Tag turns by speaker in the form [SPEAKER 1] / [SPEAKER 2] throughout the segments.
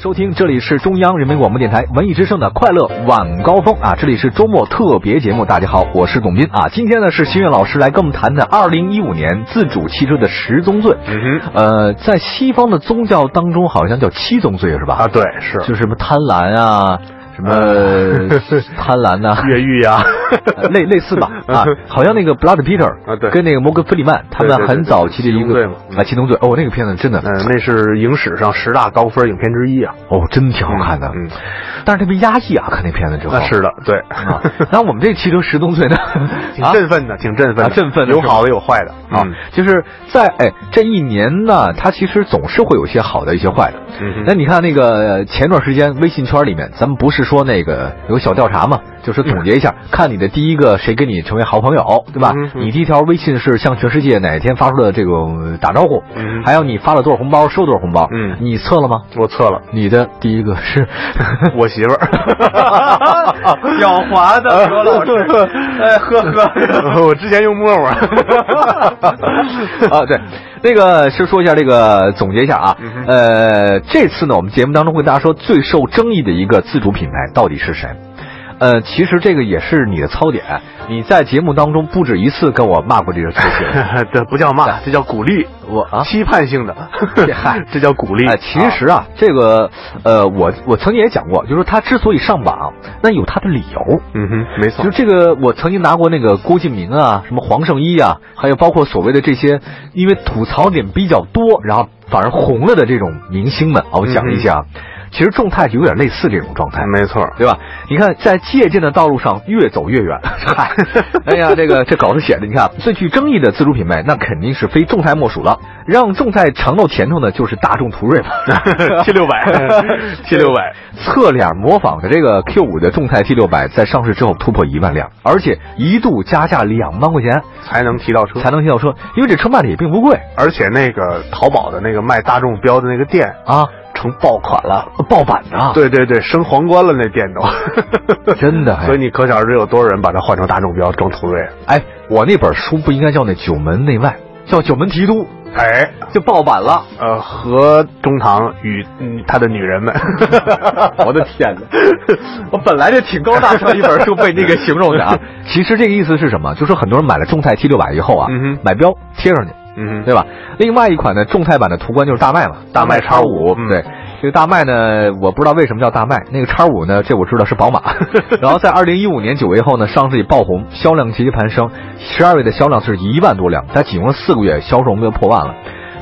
[SPEAKER 1] 收听，这里是中央人民广播电台文艺之声的快乐晚高峰啊，这里是周末特别节目。大家好，我是董斌啊。今天呢是新月老师来跟我们谈谈二零一五年自主汽车的十宗罪。
[SPEAKER 2] 嗯哼，
[SPEAKER 1] 呃，在西方的宗教当中，好像叫七宗罪是吧？
[SPEAKER 2] 啊，对，是
[SPEAKER 1] 就是什么贪婪啊，什么
[SPEAKER 2] 呃
[SPEAKER 1] 贪婪呐、
[SPEAKER 2] 越狱呀、
[SPEAKER 1] 呃类类似吧 啊，好像那个 Blood Peter
[SPEAKER 2] 啊对
[SPEAKER 1] 跟那个摩根弗里曼他
[SPEAKER 2] 对对
[SPEAKER 1] 们
[SPEAKER 2] 对
[SPEAKER 1] 很
[SPEAKER 2] 对
[SPEAKER 1] 早期的一
[SPEAKER 2] 七宗罪
[SPEAKER 1] 个
[SPEAKER 2] 嘛嗯
[SPEAKER 1] 啊七宗罪哦，那个片子真的
[SPEAKER 2] 嗯、那是影史上十大高分影片之一啊。
[SPEAKER 1] 哦，真挺好看的，
[SPEAKER 2] 嗯嗯
[SPEAKER 1] 但是特别压抑啊，看那片子之后
[SPEAKER 2] 那是的，对，
[SPEAKER 1] 啊，然后我们这汽车十宗 罪呢，
[SPEAKER 2] 挺
[SPEAKER 1] 啊
[SPEAKER 2] 振奋的，挺振奋的，
[SPEAKER 1] 啊振奋的
[SPEAKER 2] 有
[SPEAKER 1] 是吧
[SPEAKER 2] 好的有坏的
[SPEAKER 1] 啊，就是在哎这一年呢，它其实总是会有一些好的，一些坏的。
[SPEAKER 2] 嗯哼
[SPEAKER 1] 那你看那个呃前段时间微信圈里面，咱们不是说那个有个小调查嘛，就是总结一下，看你的第一个谁跟你成为好朋友，对吧
[SPEAKER 2] 嗯？嗯
[SPEAKER 1] 你第一条微信是向全世界哪天发出的这种呃打招呼，
[SPEAKER 2] 嗯
[SPEAKER 1] 还有你发了多少红包，收多少红包，
[SPEAKER 2] 嗯
[SPEAKER 1] 你测了吗？
[SPEAKER 2] 我测了，
[SPEAKER 1] 你的第一个是
[SPEAKER 2] 我媳妇儿，
[SPEAKER 1] 狡猾 的罗老师哎呵呵，
[SPEAKER 2] 我之前用陌陌，
[SPEAKER 1] 啊，对，那个是说一下这个总结一下啊
[SPEAKER 2] 嗯，哼
[SPEAKER 1] 呃，这次呢，我们节目当中会跟大家说最受争议的一个自主品牌到底是谁。呃，其实这个也是你的槽点，你在节目当中不止一次跟我骂过这个事情。
[SPEAKER 2] 这不叫骂，这叫鼓励，
[SPEAKER 1] 我啊，
[SPEAKER 2] 期盼性的
[SPEAKER 1] 这嗨，
[SPEAKER 2] 这叫鼓励。
[SPEAKER 1] 哎，其实啊，这个呃，我我曾经也讲过，就是说它之所以上榜，那有它的理由。
[SPEAKER 2] 嗯哼，没错
[SPEAKER 1] 就，这个，我曾经拿过那个郭敬明啊，什么黄圣依啊，还有包括所谓的这些，因为吐槽点比较多，然后反而红了的这种明星们啊，我讲一
[SPEAKER 2] 嗯
[SPEAKER 1] 下啊。其实众泰有点类似这种状态，
[SPEAKER 2] 哎没错，
[SPEAKER 1] 对吧？你看，在借鉴的道路上越走越 远。嗨，哎呀，这个这稿子写的，你看最具争议的自主品牌，那肯定是非众泰莫属了。让众泰尝到甜头呢，就是大众途锐嘛。
[SPEAKER 2] 七六百， 七六百，
[SPEAKER 1] 侧脸模仿的这个 Q 五的众泰 T 六百在上市之后突破一万辆，而且一度加价两万块钱
[SPEAKER 2] 才能提到车，
[SPEAKER 1] 才能听到车，因为这车卖的也并不贵
[SPEAKER 2] 而且那个淘宝的那个卖大众标的那个店
[SPEAKER 1] 啊，
[SPEAKER 2] 成爆款了。
[SPEAKER 1] 爆版啊，，
[SPEAKER 2] 对对对，升皇冠了那店 都，
[SPEAKER 1] 真的哎
[SPEAKER 2] 所以你可想而知有多少人把它换成大众标装途锐。
[SPEAKER 1] 哎，我那本书不应该叫那九门内外，叫九门提督，
[SPEAKER 2] 哎，
[SPEAKER 1] 就爆版 了。
[SPEAKER 2] 呃，和中堂与嗯他的女 人们，
[SPEAKER 1] 我的天哪！我本来就挺高大上一本书，被那个形容的啊。 其实这个意思是什么？就说很多人买了众泰 T 六百以后啊，
[SPEAKER 2] 嗯哼
[SPEAKER 1] 买标贴上去，
[SPEAKER 2] 嗯
[SPEAKER 1] 对吧？另外一款呢，众泰版的途观就是大麦嘛，
[SPEAKER 2] 大麦
[SPEAKER 1] 叉五、
[SPEAKER 2] 嗯
[SPEAKER 1] 对。这个大麦呢，我不知道为什么叫大麦，那个叉五呢，这我知道是宝马。 然后在二零一五年九月后呢，上市以爆红，销量节节攀升，十二月的销量是一万多辆，但仅用了四个月，销售额就破万了。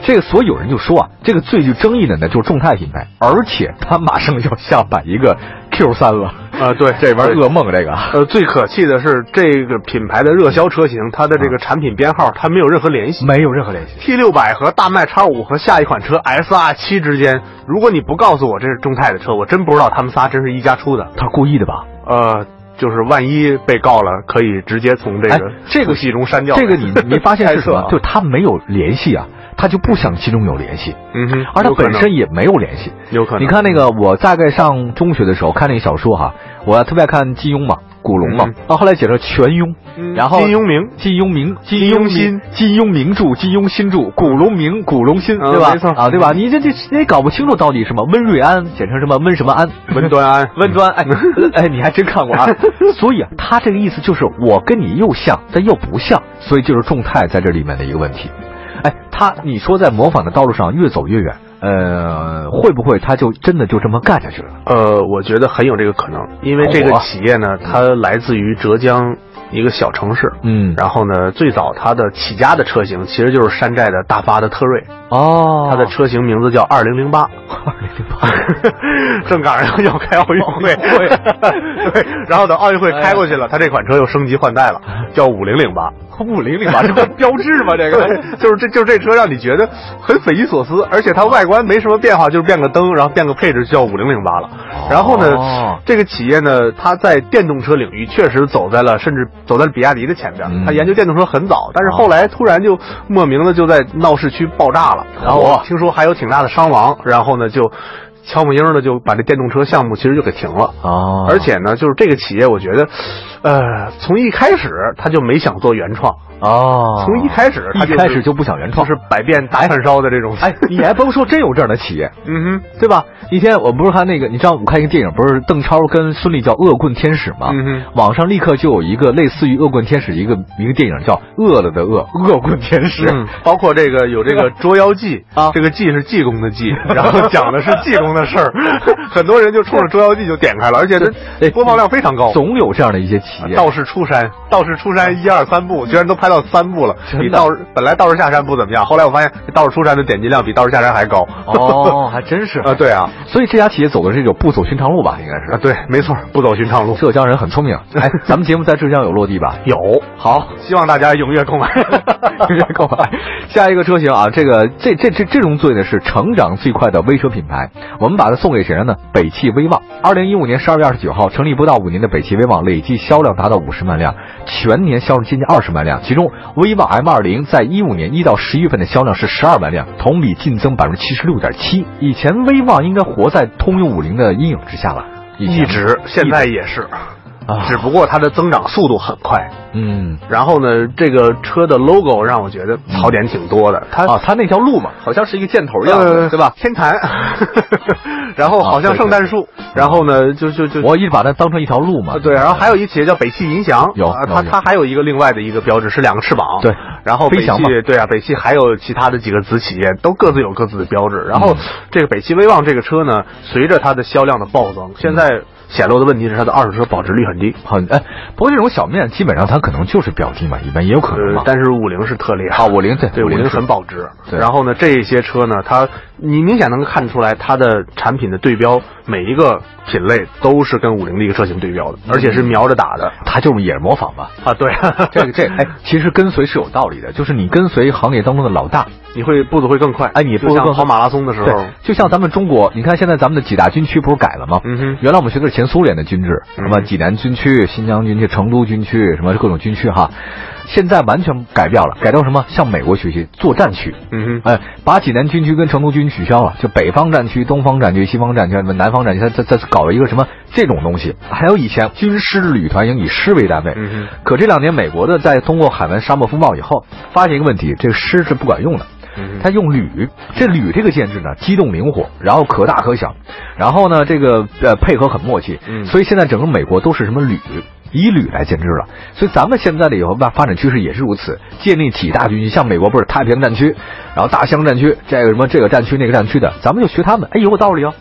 [SPEAKER 1] 这个，所以有人就说啊，这个最具争议的呢，就是众泰品牌，而且它马上要下摆一个 Q 三了，
[SPEAKER 2] 啊对，
[SPEAKER 1] 这玩意儿
[SPEAKER 2] 对
[SPEAKER 1] 噩梦，这个
[SPEAKER 2] 呃，最可气的是这个品牌的热销车型，它的
[SPEAKER 1] 嗯
[SPEAKER 2] 这个产品编号它没有任何联系。
[SPEAKER 1] 没有任何联系。
[SPEAKER 2] T 六百和大迈叉五和下一款车 S R 七之间，如果你不告诉我这是众泰的车，我真不知道他们仨真是一家出的。
[SPEAKER 1] 他是故意的吧？
[SPEAKER 2] 呃，就是万一被告了，可以直接从这
[SPEAKER 1] 哎
[SPEAKER 2] 个，
[SPEAKER 1] 这个
[SPEAKER 2] 谱系中删掉。
[SPEAKER 1] 这个你没发现是什
[SPEAKER 2] 猜测
[SPEAKER 1] 么？
[SPEAKER 2] 啊
[SPEAKER 1] 就是他没有联系啊，他就不想其中有联系，
[SPEAKER 2] 嗯哼，
[SPEAKER 1] 而他
[SPEAKER 2] 有可
[SPEAKER 1] 本
[SPEAKER 2] 能
[SPEAKER 1] 身也没有联系。
[SPEAKER 2] 有可能。
[SPEAKER 1] 你看那个，我大概上中学的时候看那个小说哈，我特别爱看金庸嘛，古龙嘛
[SPEAKER 2] 嗯，
[SPEAKER 1] 到后来写成全庸，
[SPEAKER 2] 嗯，
[SPEAKER 1] 然后
[SPEAKER 2] 金庸 名，
[SPEAKER 1] 金庸名、金
[SPEAKER 2] 庸
[SPEAKER 1] 名
[SPEAKER 2] 新、
[SPEAKER 1] 金庸名著、金庸新著、古龙名、古龙新，
[SPEAKER 2] 嗯
[SPEAKER 1] 对吧
[SPEAKER 2] 没错？
[SPEAKER 1] 啊，对吧？你这这你也搞不清楚到底什么温瑞安简称什么温什么安，，
[SPEAKER 2] 温端安
[SPEAKER 1] 温端， 哎哎，你还真看 过啊？所以啊，他这个意思就是我跟你又像，但又不像，所以就是众泰在这里面的一个问题。哎，他你说在模仿的道路上越走越远，呃，会不会他就真的就这么干下去了？
[SPEAKER 2] 呃，我觉得很有这个可能，因为这个
[SPEAKER 1] 哦啊
[SPEAKER 2] 企业呢，它来自于浙江一个小城市。
[SPEAKER 1] 嗯
[SPEAKER 2] 然后呢，最早它的起家的车型其实就是山寨的大发的特锐，
[SPEAKER 1] 哦，
[SPEAKER 2] 它的车型名字叫二零零八， 正赶上要开奥运会，哎
[SPEAKER 1] 会
[SPEAKER 2] 对，然后等奥运会开过去了，它这款车又升级换代了，叫五零零八，
[SPEAKER 1] 五零零吧，这不标志吗？这个。
[SPEAKER 2] 对， 就是这就是这车让你觉得很匪夷所思，而且它外观没什么变化，就是变个灯，然后变个配置就叫五零零八了。然后呢，
[SPEAKER 1] 哦
[SPEAKER 2] 这个企业呢，它在电动车领域确实走在了甚至走在了比亚迪的前边。
[SPEAKER 1] 嗯
[SPEAKER 2] 它研究电动车很早，但是后来突然就莫名的就在闹市区爆炸了，然后
[SPEAKER 1] 哇
[SPEAKER 2] 听说还有挺大的伤亡，然后呢就悄不应的就把这电动车项目其实就给停了。
[SPEAKER 1] 哦，
[SPEAKER 2] 而且呢，就是这个企业，我觉得呃，从一开始他就没想做原创，
[SPEAKER 1] 哦
[SPEAKER 2] 从一开始他
[SPEAKER 1] 一
[SPEAKER 2] 就是
[SPEAKER 1] 开始就不想原创
[SPEAKER 2] 就。是百变大串烧的这种。
[SPEAKER 1] 哎，你还甭说，真有这样的企业，
[SPEAKER 2] 嗯哼，
[SPEAKER 1] 对吧？那天我不是看那个，你知道我看一个电影，不是邓超跟孙俪叫《恶棍天使》吗？
[SPEAKER 2] 嗯哼
[SPEAKER 1] 网上立刻就有一个类似于《恶棍天使》一个一个电影叫《饿了的饿恶棍天使》
[SPEAKER 2] 嗯，包括这个有这个《捉妖记》
[SPEAKER 1] 啊
[SPEAKER 2] 这个“记”是济公的“济”，然后讲的是济公的事儿， 很多人就冲着《捉妖记》就点开了，而且
[SPEAKER 1] 对哎
[SPEAKER 2] 这播放量非常高。啊
[SPEAKER 1] 总有这样的一些企业。
[SPEAKER 2] 道士出山，道士出山一二三部，居然都拍到三部了。
[SPEAKER 1] 真的
[SPEAKER 2] 比道士本来道士下山不怎么样，后来我发现道士出山的点击量比道士下山还高。
[SPEAKER 1] 哦，还真是
[SPEAKER 2] 啊，对啊，
[SPEAKER 1] 所以这家企业走的是一种不走寻常路吧，应该是。
[SPEAKER 2] 啊对，没错，不走寻常路。
[SPEAKER 1] 浙江人很聪明，哎，咱们节目在浙江有落地吧？
[SPEAKER 2] 有
[SPEAKER 1] 好，
[SPEAKER 2] 希望大家踊跃购买，
[SPEAKER 1] 直接购买。下一个车型啊，这个这这这这种最呢是成长最快的微车品牌，我们把它送给谁了呢？北汽威旺。二零一五年十二月二十九号成立不到五年的北汽威旺，累计销量达到五十万辆，全年销量接近二十万辆。其中威旺 M 二零在一五年一到十一月份的销量是十二万辆，同比净增百分之七十六点七。以前威旺应该活在通用五菱的阴影之下吧？ 以前
[SPEAKER 2] 一直现在也是，
[SPEAKER 1] 啊
[SPEAKER 2] 只不过它的增长速度很快。
[SPEAKER 1] 嗯
[SPEAKER 2] 然后呢，这个车的 logo 让我觉得槽点挺多的，它
[SPEAKER 1] 啊，它那条路嘛，好像是一个箭头一样的，
[SPEAKER 2] 呃
[SPEAKER 1] 对吧？
[SPEAKER 2] 天坛， 然后
[SPEAKER 1] 啊
[SPEAKER 2] 好像圣诞树，然后呢就就就
[SPEAKER 1] 嗯我一直把它当成一条路嘛
[SPEAKER 2] 啊，。对，然后还有一企业叫北汽银翔，
[SPEAKER 1] 有
[SPEAKER 2] 啊
[SPEAKER 1] 有
[SPEAKER 2] 它
[SPEAKER 1] 有
[SPEAKER 2] 它还有一个另外的一个标志是两个翅膀，
[SPEAKER 1] 对
[SPEAKER 2] 然后北
[SPEAKER 1] 飞翔嘛
[SPEAKER 2] 汽对啊，北汽还有其他的几个子企业都各自有各自的标志，
[SPEAKER 1] 嗯
[SPEAKER 2] 然后这个北汽威旺这个车呢，随着它的销量的暴增，现在显露的问题是它的二手车保值率很低，
[SPEAKER 1] 很哎，不过这种小面基本上它可能就是表弟嘛，一般也有可能
[SPEAKER 2] 呃
[SPEAKER 1] 嘛。
[SPEAKER 2] 但是五菱是特例
[SPEAKER 1] 啊，五菱对
[SPEAKER 2] 对，五菱
[SPEAKER 1] 菱
[SPEAKER 2] 很保值。
[SPEAKER 1] 对
[SPEAKER 2] 然后呢，这些车呢，它你明显能看出来，它的产品的对标每一个品类都是跟五菱的一个车型对标的，而且是瞄着打的
[SPEAKER 1] 它就是也是模仿嘛。
[SPEAKER 2] 啊。对，
[SPEAKER 1] 嗯这 个这个哎，其实跟随是有道理的，就是你跟随行业当中的老大，
[SPEAKER 2] 你会步子会更快。
[SPEAKER 1] 哎你步子
[SPEAKER 2] 就
[SPEAKER 1] 更
[SPEAKER 2] 像
[SPEAKER 1] 快
[SPEAKER 2] 跑马拉松的时候
[SPEAKER 1] 对，，就像咱们中国，你看现在咱们的几大军区不是改了吗？
[SPEAKER 2] 嗯哼
[SPEAKER 1] 原来我们学的是前苏联的军制，什么
[SPEAKER 2] 嗯
[SPEAKER 1] 济南军区、新疆军区、成都军区，什么各种军区哈，现在完全改掉了，改到什么向美国学习作战区。
[SPEAKER 2] 嗯哼，
[SPEAKER 1] 哎，把济南军区跟成都军区取消了，就北方战区、东方战区、西方战区、南方战区，他他他搞了一个什么这种东西。还有以前军师旅团营以师为单位，
[SPEAKER 2] 嗯
[SPEAKER 1] 可这两年美国的在通过海湾沙漠风暴以后，发现一个问题，这个师是不管用的。
[SPEAKER 2] 嗯
[SPEAKER 1] 他用铝，这铝这个建制呢，机动灵活，然后可大可小，然后呢，这个呃配合很默契，
[SPEAKER 2] 嗯
[SPEAKER 1] 所以现在整个美国都是什么铝，以铝来建制了。所以咱们现在的以后发发展趋势也是如此，建立几大军区，像美国不是太平洋战区，然后大西洋战区，这个什么这个战区那个战区的，咱们就学他们，哎，有道理哦。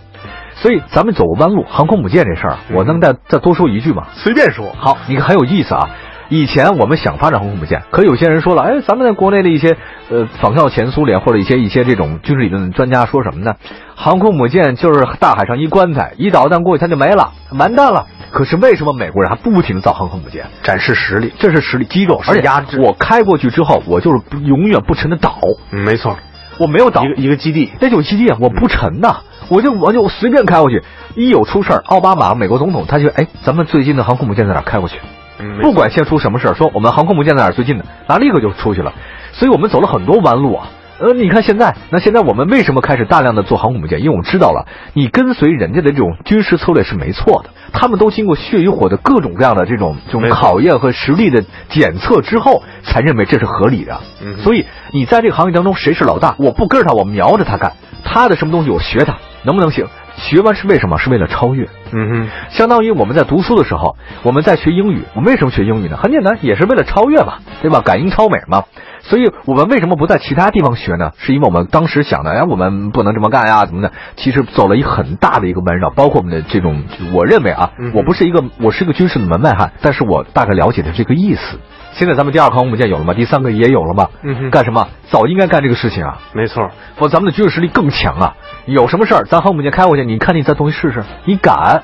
[SPEAKER 1] 所以咱们走个弯路，航空母舰这事儿，啊我能再再多说一句吗？
[SPEAKER 2] 随便说，
[SPEAKER 1] 好，你很有意思啊。以前我们想发展航空母舰，可有些人说了，哎，咱们在国内的一些呃仿效前苏联或者一些一些这种军事理论专家说什么呢？航空母舰就是大海上一棺材，一导弹过去它就没了，完蛋了。可是为什么美国人还不停地造航空母舰？
[SPEAKER 2] 展示实力。
[SPEAKER 1] 这是实力肌肉，
[SPEAKER 2] 是
[SPEAKER 1] 而且
[SPEAKER 2] 压制
[SPEAKER 1] 我开过去之后，我就是不永远不沉的岛，
[SPEAKER 2] 嗯，没错，
[SPEAKER 1] 我没有岛
[SPEAKER 2] 一个，一个基地。
[SPEAKER 1] 那有基地啊，我不沉呐、我就我就随便开过去。一有出事儿，奥巴马美国总统他就哎，咱们最近的航空母舰在哪儿开过去？
[SPEAKER 2] 嗯，没
[SPEAKER 1] 不管现在出什么事儿，说我们航空母舰在哪儿最近的，拿立刻就出去了。所以我们走了很多弯路啊。呃，你看现在，那现在我们为什么开始大量的做航空母舰？因为我们知道了，你跟随人家的这种军事策略是没错的。他们都经过血与火的各种各样的这种这种
[SPEAKER 2] 没错
[SPEAKER 1] 考验和实力的检测之后，才认为这是合理的。
[SPEAKER 2] 嗯哼
[SPEAKER 1] 所以你在这个行业当中，谁是老大？我不跟着他，我瞄着他干，他的什么东西我学他，能不能行？学完是为什么？是为了超越。
[SPEAKER 2] 嗯哼，
[SPEAKER 1] 相当于我们在读书的时候，我们在学英语。我们为什么学英语呢？很简单，也是为了超越嘛，对吧？赶英超美嘛。所以我们为什么不在其他地方学呢？是因为我们当时想的，哎，我们不能这么干呀，怎么的？其实走了一很大的一个弯绕，包括我们的这种，我认为啊
[SPEAKER 2] 嗯，
[SPEAKER 1] 我不是一个，我是一个军事的门外汉，但是我大概了解的这个意思。现在咱们第二航空母舰有了吗？第三个也有了吗？
[SPEAKER 2] 嗯哼
[SPEAKER 1] 干什么？早应该干这个事情啊！
[SPEAKER 2] 没错。
[SPEAKER 1] 否则咱们的军事实力更强啊！有什么事儿，咱航母舰开过去，你看你咱东西试试，你敢，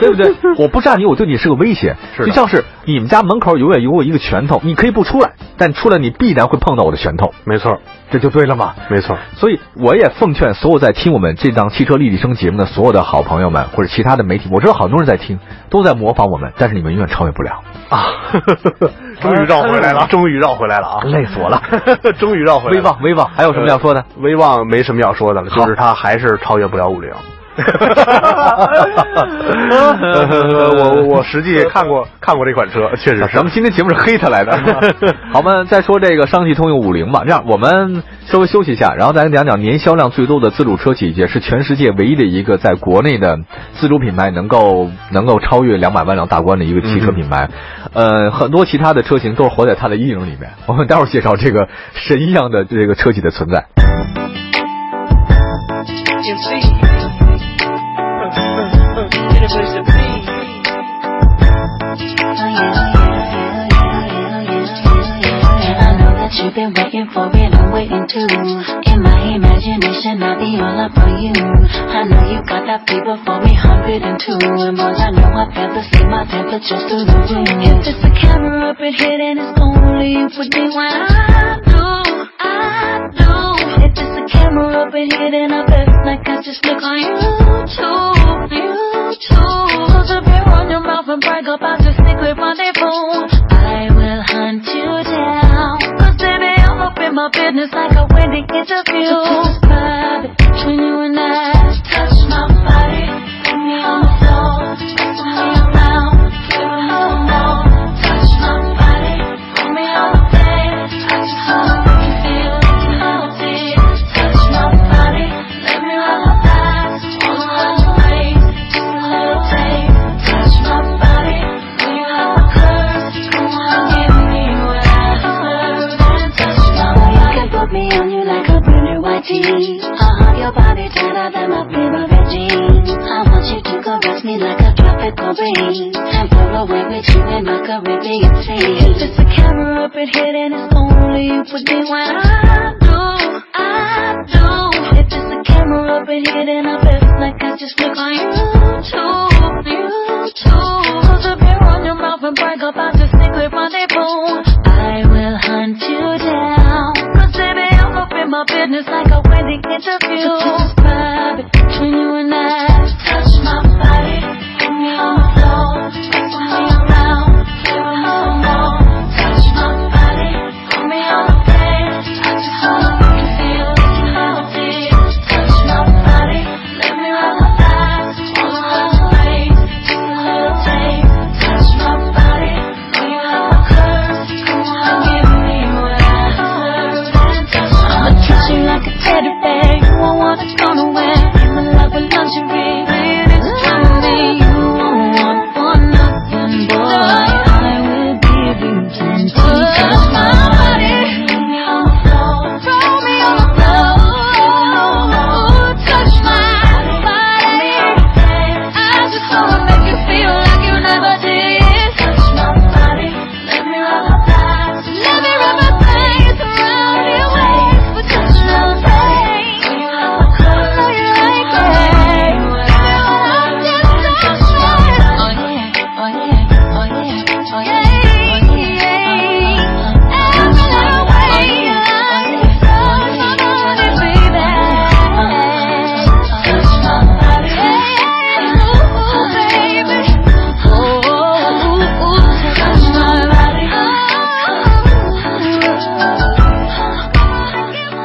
[SPEAKER 1] 对不 对？我不炸你，我对你是个威胁。
[SPEAKER 2] 是的
[SPEAKER 1] 就像是你们家门口永远有我一个拳头，你可以不出来，但出来你必然会碰到我的拳头，
[SPEAKER 2] 没错，
[SPEAKER 1] 这就对了嘛。
[SPEAKER 2] 没错，
[SPEAKER 1] 所以我也奉劝所有在听我们这档汽车立体声节目的所有的好朋友们，或者其他的媒体，我知道好多人在听，都在模仿我们，但是你们永远超越不了。
[SPEAKER 2] 啊， 终于绕回来 了，终于绕回来了啊！
[SPEAKER 1] 累死我了，
[SPEAKER 2] 终于绕回来
[SPEAKER 1] 威
[SPEAKER 2] 了。呃
[SPEAKER 1] 望，威望，还有什么要说的？
[SPEAKER 2] 威望没什么要说的了，
[SPEAKER 1] 好
[SPEAKER 2] 就是它还是超越不了五菱。我我实际看过看过这款车，确实是。
[SPEAKER 1] 咱们今天节目是黑它 来的。好，我们再说这个上汽通用五菱吧。这样，我们稍微休息一下，然后再讲讲年销量最多的自主车企，也是全世界唯一的一个在国内的自主品牌能够能够超越两百万辆大关的一个汽车品牌。
[SPEAKER 2] 嗯
[SPEAKER 1] 呃，很多其他的车型都是活在它的阴影里面。我们待会儿介绍这个神一样的这个车企的存在。
[SPEAKER 3] can see. In a place to be.
[SPEAKER 4] I know that you've been waiting for it, I'm waiting too. In my imagination, I'll be all up on you. I know you got that fever for me, 102. And boy, I know I felt the same, my temperature's through the roof. If it's a camera up in here, then it's gonna leave with me when I know, I know. If it's a camera up in here, then I bet like I just look on YouTube, YouTube. Close the mirror on your mouth and brag about your secret rendezvous. I will hunt you down. Cause baby, I'm up in my business like a wedding interview. Just private between you and I. Touch my body, put me on the floor. Pass me around, give me no more. Touch my body, put me on the bed. I just wanna make you feel guilty. Touch my body, let me lullabies all around the way. Just a little taste. Touch my body, when you have a curse, come on, give me what I deserve. Touch my body, you can put me on you like a brand new white tee. Uh-huh, your body tighter than my favorite jeans. I want you to caress me like a tropical breeze and blow away with you in my Caribbean sea. If it's a camera up in here, then it's only you with me when I know, I know. If it's a camera up in here, then I feel like I just look on YouTube, YouTube. Close the mirror on your mouth and brag about your secret rendezvous. I will hunt you down. Cause baby, I'm up in my business like a wedding interview. Just private between you and I. Touch my body, put me on the floor. Pass me around, give me no more. Touch my body, put me on the bed. I just wanna make you feel guilty. Touch my body, let me lullabies all around the way. Just a little taste. Touch my body, when you have a curse, come on, give me what I deserve. I'ma treat you like a teddy bear. You won't wanna go nowhere. I'm in love with lingerie. Man, it's true. You won't want for nothing, boy. I will give you plenty. Touch my body. Leave me on the floor. Throw me on the floor. Touch my body. I just wanna make you feel like you never did. Touch my body. Let me lullabies. Let me rub my face around your waist. But touch my face. When you have a close, I like it. Just touch my body. Oh yeah, oh yeah, oh yeah, oh yeah. I'm in love with you. I'm baby. Touch my body, baby. Oh, touch my body. Oh.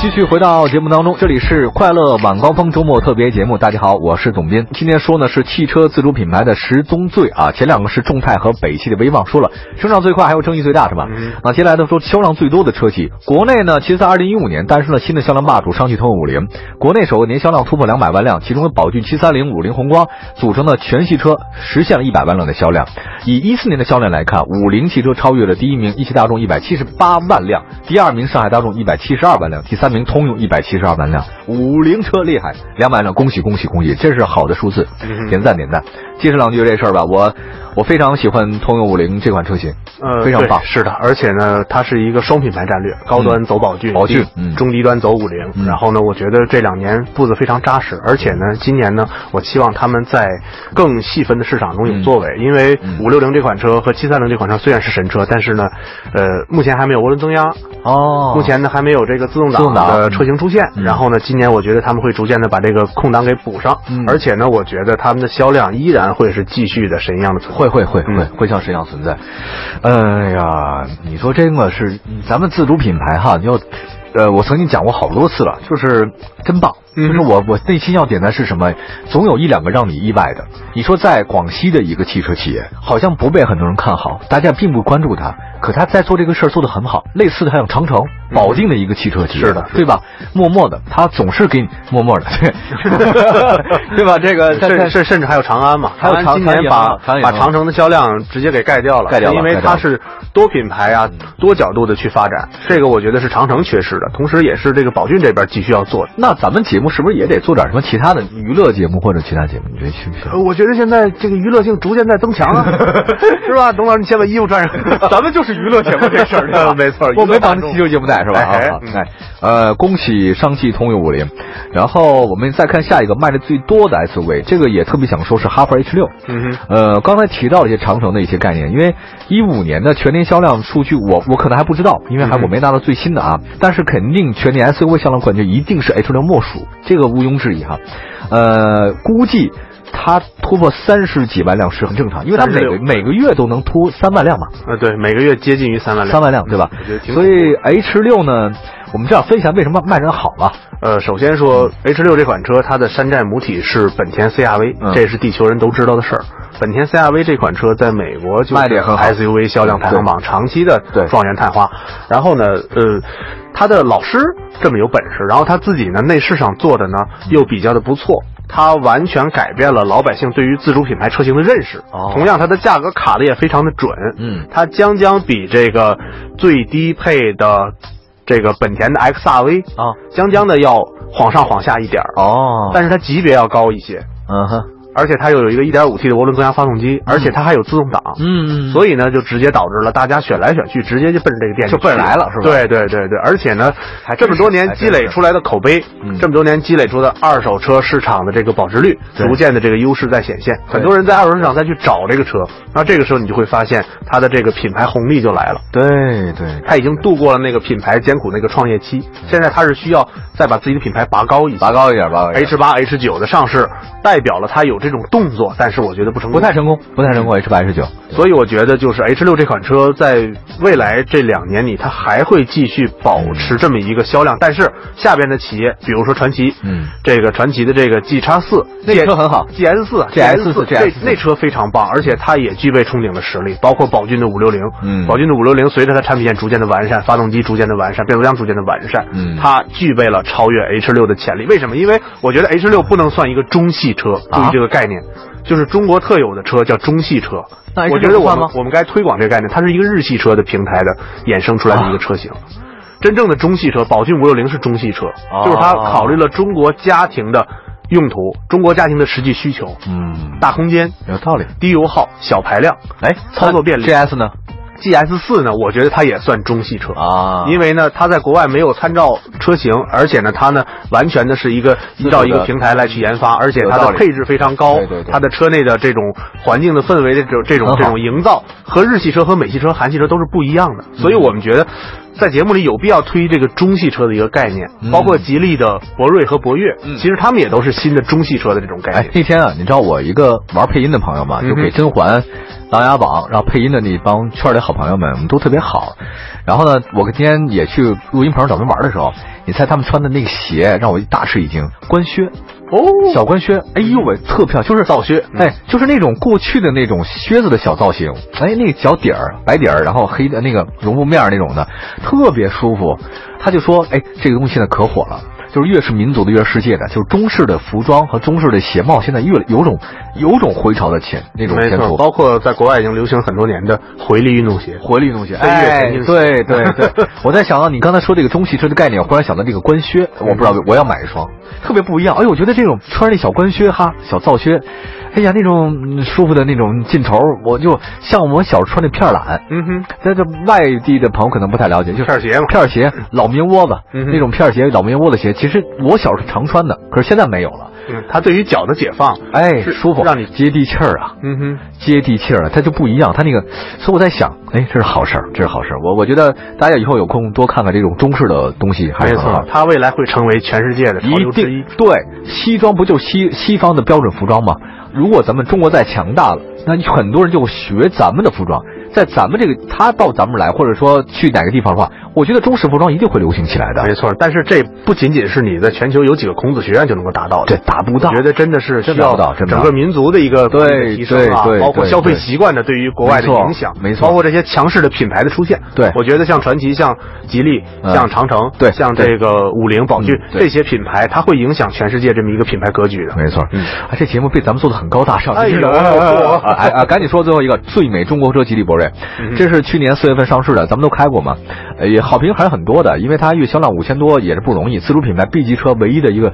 [SPEAKER 1] 继续回到节目当中，这里是快乐晚高峰周末特别节目。大家好，我是董斌。今天说呢是汽车自主品牌的十宗罪啊，前两个是众泰和北汽的威旺，说了生长最快，还有争议最大是吧？
[SPEAKER 2] 嗯
[SPEAKER 1] 啊，接下来呢说销量最多的车企，国内呢其实在二零一五年诞生了新的销量霸主上汽通用五菱，国内首个年销量突破两百万辆，其中的宝骏七三零、五菱宏光组成的全系车实现了一百万辆的销量。以一四年的销量来看，五菱汽车超越了第一名一汽大众一百七十八万辆，第二名上海大众一百七十二万辆，第三名通用一百七十二万辆，五菱车厉害，两百辆，恭喜恭喜恭喜，这是好的数字
[SPEAKER 2] 嗯，
[SPEAKER 1] 点赞点赞。介绍两句这事儿吧，我我非常喜欢通用五菱这款车型，
[SPEAKER 2] 呃，
[SPEAKER 1] 非常
[SPEAKER 2] 对
[SPEAKER 1] 棒嗯
[SPEAKER 2] 是的，而且呢，它是一个双品牌战略，高端走宝骏，
[SPEAKER 1] 宝骏
[SPEAKER 2] 低
[SPEAKER 1] 嗯
[SPEAKER 2] 中低端走五菱。
[SPEAKER 1] 嗯
[SPEAKER 2] 然后呢，我觉得这两年步子非常扎实，而且呢，今年呢，我期望他们在更细分的市场中有作为，因为
[SPEAKER 1] 嗯
[SPEAKER 2] 五六零这款车和七三零这款车虽然是神车，但是呢，呃，目前还没有涡轮增压，
[SPEAKER 1] 哦
[SPEAKER 2] 目前呢还没有这个自动
[SPEAKER 1] 自动
[SPEAKER 2] 挡
[SPEAKER 1] 挡
[SPEAKER 2] 的车型出现。
[SPEAKER 1] 嗯
[SPEAKER 2] 然后呢，今年我觉得他们会逐渐的把这个空档给补上，
[SPEAKER 1] 嗯
[SPEAKER 2] 而且呢，我觉得他们的销量依然会是继续的神一样的存在。
[SPEAKER 1] 会会会会
[SPEAKER 2] 嗯
[SPEAKER 1] 会像神一样存在。哎呀，你说这个是咱们自主品牌哈，你要，呃，我曾经讲过好多次了，就是真棒。
[SPEAKER 2] 嗯
[SPEAKER 1] 就是我我内心要点的是什么？总有一两个让你意外的。你说在广西的一个汽车企业，好像不被很多人看好，大家并不关注它，可他在做这个事儿做得很好。类似的还有长城、保定的一个汽车企业，
[SPEAKER 2] 嗯是的是的
[SPEAKER 1] 对吧？默默的，他总是给你默默的， 对， 对吧？这个在在
[SPEAKER 2] 甚甚甚至还有长安嘛，
[SPEAKER 1] 还有
[SPEAKER 2] 安
[SPEAKER 1] 长
[SPEAKER 2] 今
[SPEAKER 1] 长安
[SPEAKER 2] 年
[SPEAKER 1] 也
[SPEAKER 2] 把
[SPEAKER 1] 好长安也
[SPEAKER 2] 把
[SPEAKER 1] 好
[SPEAKER 2] 长城的销量直接给盖掉了，
[SPEAKER 1] 盖掉了
[SPEAKER 2] 因为
[SPEAKER 1] 盖掉
[SPEAKER 2] 它
[SPEAKER 1] 了嗯
[SPEAKER 2] 是多品牌啊、多角度的去发展，这个我觉得是长城缺失的，同时也是这个宝骏这边急需要做的。
[SPEAKER 1] 那咱们节目是不是也得做点什么其他的娱乐节目或者其他节目？你觉得行不行？
[SPEAKER 2] 呃我觉得现在这个娱乐性逐渐在增强 啊，是吧？董老师，你先把衣服穿上，咱们就是娱呃乐节目这事 儿， 啊对吧没错，
[SPEAKER 1] 我没把
[SPEAKER 2] 你
[SPEAKER 1] 这期节目带是吧？
[SPEAKER 2] 哎
[SPEAKER 1] 好好
[SPEAKER 2] 嗯
[SPEAKER 1] 哎，呃，恭喜上汽通用五菱。然后我们再看下一个卖的最多的 SUV，这个也特别想说是哈弗 H 六。
[SPEAKER 2] 嗯哼，
[SPEAKER 1] 呃，刚才提到了一些长城的一些概念，因为一五年的全年销量数据我我可能还不知道，因为还
[SPEAKER 2] 嗯
[SPEAKER 1] 我没拿到最新的啊，但是肯定全年 SUV 销量冠军一定是 H 六莫属，这个毋庸置疑哈。呃，估计它突破三十几万辆是很正常，因为它每个
[SPEAKER 2] 36
[SPEAKER 1] 每个月都能突三万辆嘛，
[SPEAKER 2] 呃，对，每个月接近于三万辆，
[SPEAKER 1] 三万辆对吧
[SPEAKER 2] 我觉得？挺
[SPEAKER 1] 所以 H 六呢，我们这样分析一下为什么卖人好了。
[SPEAKER 2] 呃，首先
[SPEAKER 1] 嗯
[SPEAKER 2] 说 H 六这款车，它的山寨母体是本田 CRV，、
[SPEAKER 1] 嗯
[SPEAKER 2] 这是地球人都知道的事儿。本田 CRV 这款车在美国就
[SPEAKER 1] 卖
[SPEAKER 2] 是
[SPEAKER 1] 得也很好
[SPEAKER 2] SUV 销量排行榜长期的
[SPEAKER 1] 对
[SPEAKER 2] 状元探花。然后呢，呃，他的老师这么有本事，然后他自己呢内饰上做的
[SPEAKER 1] 嗯
[SPEAKER 2] 呢又比较的不错。它完全改变了老百姓对于自主品牌车型的认识。
[SPEAKER 1] 哦
[SPEAKER 2] 同样，它的价格卡的也非常的准。
[SPEAKER 1] 嗯
[SPEAKER 2] 它将将比这个最低配的这个本田的 XRV
[SPEAKER 1] 啊
[SPEAKER 2] 将将的要晃上晃下一点儿，啊
[SPEAKER 1] 哦
[SPEAKER 2] 但是它级别要高一些，
[SPEAKER 1] 嗯哼，
[SPEAKER 2] 而且它又有一个 1.5T 的涡轮增压发动机，而且它还有自动挡，
[SPEAKER 1] 嗯
[SPEAKER 2] 所以呢，就直接导致了大家选来选去，直接就奔着这个店
[SPEAKER 1] 就奔着来了是吧
[SPEAKER 2] 对对对对，而且呢
[SPEAKER 1] 还，真
[SPEAKER 2] 这
[SPEAKER 1] 是
[SPEAKER 2] 么多年积累出来的口
[SPEAKER 1] 真
[SPEAKER 2] 碑
[SPEAKER 1] 是嗯，
[SPEAKER 2] 这么多年积累出的二手车市场的这个保值率，
[SPEAKER 1] 对
[SPEAKER 2] 逐渐的这个优势在显现。
[SPEAKER 1] 对
[SPEAKER 2] 很多人在二手市场再去找这个车，那这个时候你就会发现它的这个品牌红利就来了。
[SPEAKER 1] 对对，
[SPEAKER 2] 他已经度过了那个品牌艰苦那个创业期，现在他是需要再把自己的品牌拔高一些。
[SPEAKER 1] 拔高一点，拔高一点。
[SPEAKER 2] H 八、H 九的上市，代表了他有这种动作，但是我觉得不成功，
[SPEAKER 1] 不太成功，不太成功。H
[SPEAKER 2] 嗯
[SPEAKER 1] 八 H 九，
[SPEAKER 2] 所以我觉得就是 H 六这款车在未来这两年里，它还会继续保持这么一个销量，但是下边的企业，比如说传祺，
[SPEAKER 1] 嗯，
[SPEAKER 2] 这个传祺的这个 G 叉四，
[SPEAKER 1] 那车很好
[SPEAKER 2] ，GS 四
[SPEAKER 1] GS4
[SPEAKER 2] 四
[SPEAKER 1] GS4
[SPEAKER 2] 那车非常棒，而且它也具备冲顶的实力，包括宝骏的五六零，
[SPEAKER 1] 嗯
[SPEAKER 2] 宝骏的五六零随着它产品线逐渐的完善，发动机逐渐的完善，变速箱逐渐的完善，
[SPEAKER 1] 嗯
[SPEAKER 2] 它具备了超越 H 六的潜力。为什么？因为我觉得 H 六不能算一个中系车，注
[SPEAKER 1] 啊
[SPEAKER 2] 意这个概念。就是中国特有的车叫中系车，
[SPEAKER 1] 那 H6
[SPEAKER 2] 我觉得我
[SPEAKER 1] 算吗
[SPEAKER 2] 们我们该推广这个概念，它是一个日系车的平台的衍生出来
[SPEAKER 1] 啊
[SPEAKER 2] 的一个车型。真正的中系车，宝骏五六零是中系车，
[SPEAKER 1] 哦
[SPEAKER 2] 就是它考虑了中国家庭的用途、中国家庭的实际需求，
[SPEAKER 1] 嗯，
[SPEAKER 2] 大空间、
[SPEAKER 1] 有道理。
[SPEAKER 2] 低油耗、小排量。
[SPEAKER 1] 哎，
[SPEAKER 2] 操作便利
[SPEAKER 1] GS 呢？
[SPEAKER 2] GS 四呢，我觉得它也算中系车。
[SPEAKER 1] 啊
[SPEAKER 2] 因为呢，它在国外没有参照车型，而且呢，它呢完全的是一个依照一个平台来去研发，而且
[SPEAKER 1] 有
[SPEAKER 2] 它
[SPEAKER 1] 道
[SPEAKER 2] 的
[SPEAKER 1] 理
[SPEAKER 2] 配置非常高，
[SPEAKER 1] 对对对
[SPEAKER 2] 它的车内的这种环境的氛围的这种这
[SPEAKER 1] 很
[SPEAKER 2] 种
[SPEAKER 1] 好
[SPEAKER 2] 这种营造和日系车和美系车、韩系车都是不一样的，
[SPEAKER 1] 嗯
[SPEAKER 2] 所以我们觉得。在节目里有必要推这个中系车的一个概念，
[SPEAKER 1] 嗯
[SPEAKER 2] 包括吉利的博瑞和博越，
[SPEAKER 1] 嗯
[SPEAKER 2] 其实他们也都是新的中系车的这种概
[SPEAKER 1] 哎
[SPEAKER 2] 念，。
[SPEAKER 1] 那天啊，你知道我一个玩配音的朋友嘛，就给
[SPEAKER 2] 嗯哼
[SPEAKER 1] 甄嬛、琅琊榜，然后配音的那帮圈里好朋友们，我们都特别好。然后呢，我今天也去录音棚找他们玩的时候，你猜他们穿的那个鞋让我大吃一惊，官靴。
[SPEAKER 2] 哦
[SPEAKER 1] 小官靴，哎呦喂，特漂亮，就是造靴，
[SPEAKER 2] 嗯
[SPEAKER 1] 哎，就是那种过去的那种靴子的小造型，哎，那个脚底儿白底儿，然后黑的那个绒布面儿那种的，特别舒服。他就说，哎，这个东西现在可火了，就是越是民族的，越是世界的，就是中式的服装和中式的鞋帽，现在越有种有种回潮的前那种
[SPEAKER 2] 没
[SPEAKER 1] 前
[SPEAKER 2] 错，
[SPEAKER 1] 途。
[SPEAKER 2] 包括在国外已经流行很多年的回力运动鞋，
[SPEAKER 1] 活力运动鞋，
[SPEAKER 2] 飞跃
[SPEAKER 1] 哎
[SPEAKER 2] 前进，鞋
[SPEAKER 1] 对对 对，我在想到你刚才说这个中汽车的概念，我忽然想到这个官靴，
[SPEAKER 2] 嗯
[SPEAKER 1] 我不知道我要买一双，特别不一样。哎呦，我觉得这种穿着那小官靴哈，小造靴，哎呀，那种嗯舒服的那种劲头，我就像我们小时候穿那片儿懒，
[SPEAKER 2] 嗯哼，
[SPEAKER 1] 在这外地的朋友可能不太了解，就是
[SPEAKER 2] 片儿鞋嘛
[SPEAKER 1] 片儿鞋、老棉窝子、
[SPEAKER 2] 嗯哼
[SPEAKER 1] 那种片儿鞋、老棉窝子鞋，其实我小时候常穿的，可是现在没有了。
[SPEAKER 2] 嗯，它对于脚的解放，
[SPEAKER 1] 哎，
[SPEAKER 2] 是
[SPEAKER 1] 舒服，
[SPEAKER 2] 让你
[SPEAKER 1] 接地气儿啊！
[SPEAKER 2] 嗯哼，
[SPEAKER 1] 接地气儿了，它就不一样。它那个，所以我在想，哎，这是好事儿，这是好事儿。我我觉得大家以后有空多看看这种中式的东西，还
[SPEAKER 2] 没
[SPEAKER 1] 是很好
[SPEAKER 2] 错，。它未来会成为全世界的潮流
[SPEAKER 1] 一
[SPEAKER 2] 之一
[SPEAKER 1] 定。对，西装不就是西西方的标准服装吗？如果咱们中国再强大了，那很多人就学咱们的服装，在咱们这个他到咱们来，或者说去哪个地方的话，我觉得中式服装一定会流行起来的。
[SPEAKER 2] 没错，但是这不仅仅是你在全球有几个孔子学院就能够达到的，
[SPEAKER 1] 这达不到
[SPEAKER 2] 我觉得真的是需
[SPEAKER 1] 真达
[SPEAKER 2] 要
[SPEAKER 1] 不到真达
[SPEAKER 2] 整
[SPEAKER 1] 不
[SPEAKER 2] 个
[SPEAKER 1] 到
[SPEAKER 2] 民族的一个
[SPEAKER 1] 对
[SPEAKER 2] 提升啊，
[SPEAKER 1] 对对
[SPEAKER 2] 包括
[SPEAKER 1] 对
[SPEAKER 2] 消费
[SPEAKER 1] 对
[SPEAKER 2] 习惯的对于国外的
[SPEAKER 1] 没错
[SPEAKER 2] 影响，
[SPEAKER 1] 没错
[SPEAKER 2] 包括这些强势的品牌的出现，
[SPEAKER 1] 对
[SPEAKER 2] 我觉得像传奇、像吉利、
[SPEAKER 1] 嗯
[SPEAKER 2] 像长城、
[SPEAKER 1] 对
[SPEAKER 2] 像
[SPEAKER 1] 对
[SPEAKER 2] 这个五菱、宝骏
[SPEAKER 1] 嗯对
[SPEAKER 2] 这些品牌，它会影响全世界这么一个品牌格局的。
[SPEAKER 1] 没错，
[SPEAKER 2] 嗯
[SPEAKER 1] 啊，这节目被咱们做的很高大上，
[SPEAKER 2] 哎
[SPEAKER 1] 真
[SPEAKER 2] 呦
[SPEAKER 1] 是的
[SPEAKER 2] 哎呦哎呦
[SPEAKER 1] 啊哎啊！赶紧说最后一个最美中国车吉利博瑞
[SPEAKER 2] 嗯，
[SPEAKER 1] 这是去年四月份上市的，咱们都开过嘛，呃也好评还是很多的，因为它月销量五千多也是不容易，自主品牌 B 级车唯一的一个，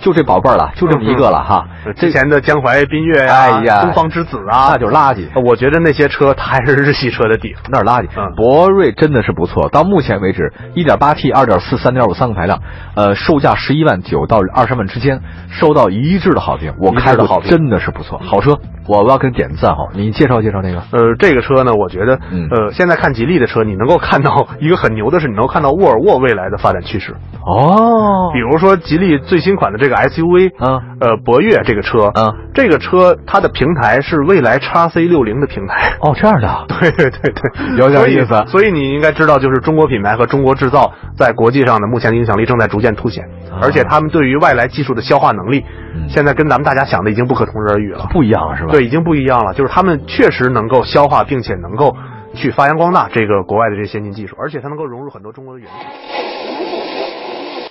[SPEAKER 1] 就这宝贝儿了，就这么一个了哈，
[SPEAKER 2] 之前的江淮缤越呀、
[SPEAKER 1] 哎呀
[SPEAKER 2] 东方之子嗯啊
[SPEAKER 1] 那，就是垃圾。
[SPEAKER 2] 我觉得那些车它还是日系车的底子。
[SPEAKER 1] 那儿垃圾
[SPEAKER 2] 嗯。
[SPEAKER 1] 博瑞真的是不错，到目前为止，1 8 T、2 4 3 5三个排量，呃，售价十一万九到二十万之间，收到一致的好评。我
[SPEAKER 2] 一致的
[SPEAKER 1] 开
[SPEAKER 2] 好
[SPEAKER 1] 过，
[SPEAKER 2] 评
[SPEAKER 1] 真的是不错，好车，我要给你点个赞哈。你介绍介绍那个。
[SPEAKER 2] 呃，这个车呢，我觉得，
[SPEAKER 1] 嗯
[SPEAKER 2] 呃，现在看吉利的车，你能够看到 一个很牛的是，你能够看到沃尔沃未来的发展趋势。
[SPEAKER 1] 哦
[SPEAKER 2] 比如说吉利最新款的这个 SUV，
[SPEAKER 1] 嗯，
[SPEAKER 2] 呃，博越这个车，
[SPEAKER 1] 嗯，
[SPEAKER 2] 这个车它的平台是未来 x C 六零的平台。
[SPEAKER 1] 哦，这样的，
[SPEAKER 2] 对对对对，
[SPEAKER 1] 有点意思啊
[SPEAKER 2] 所以。所以你应该知道，就是中国品牌和中国制造在国际上的目前的影响力正在逐渐凸显，
[SPEAKER 1] 啊
[SPEAKER 2] 而且他们对于外来技术的消化能力，
[SPEAKER 1] 嗯
[SPEAKER 2] 现在跟咱们大家想的已经不可同日而语了。
[SPEAKER 1] 不一样啊是吧？
[SPEAKER 2] 对，已经不一样了，就是他们确实能够消化，并且能够去发扬光大这个国外的这些先进技术，而且它能够融入很多中国的元素。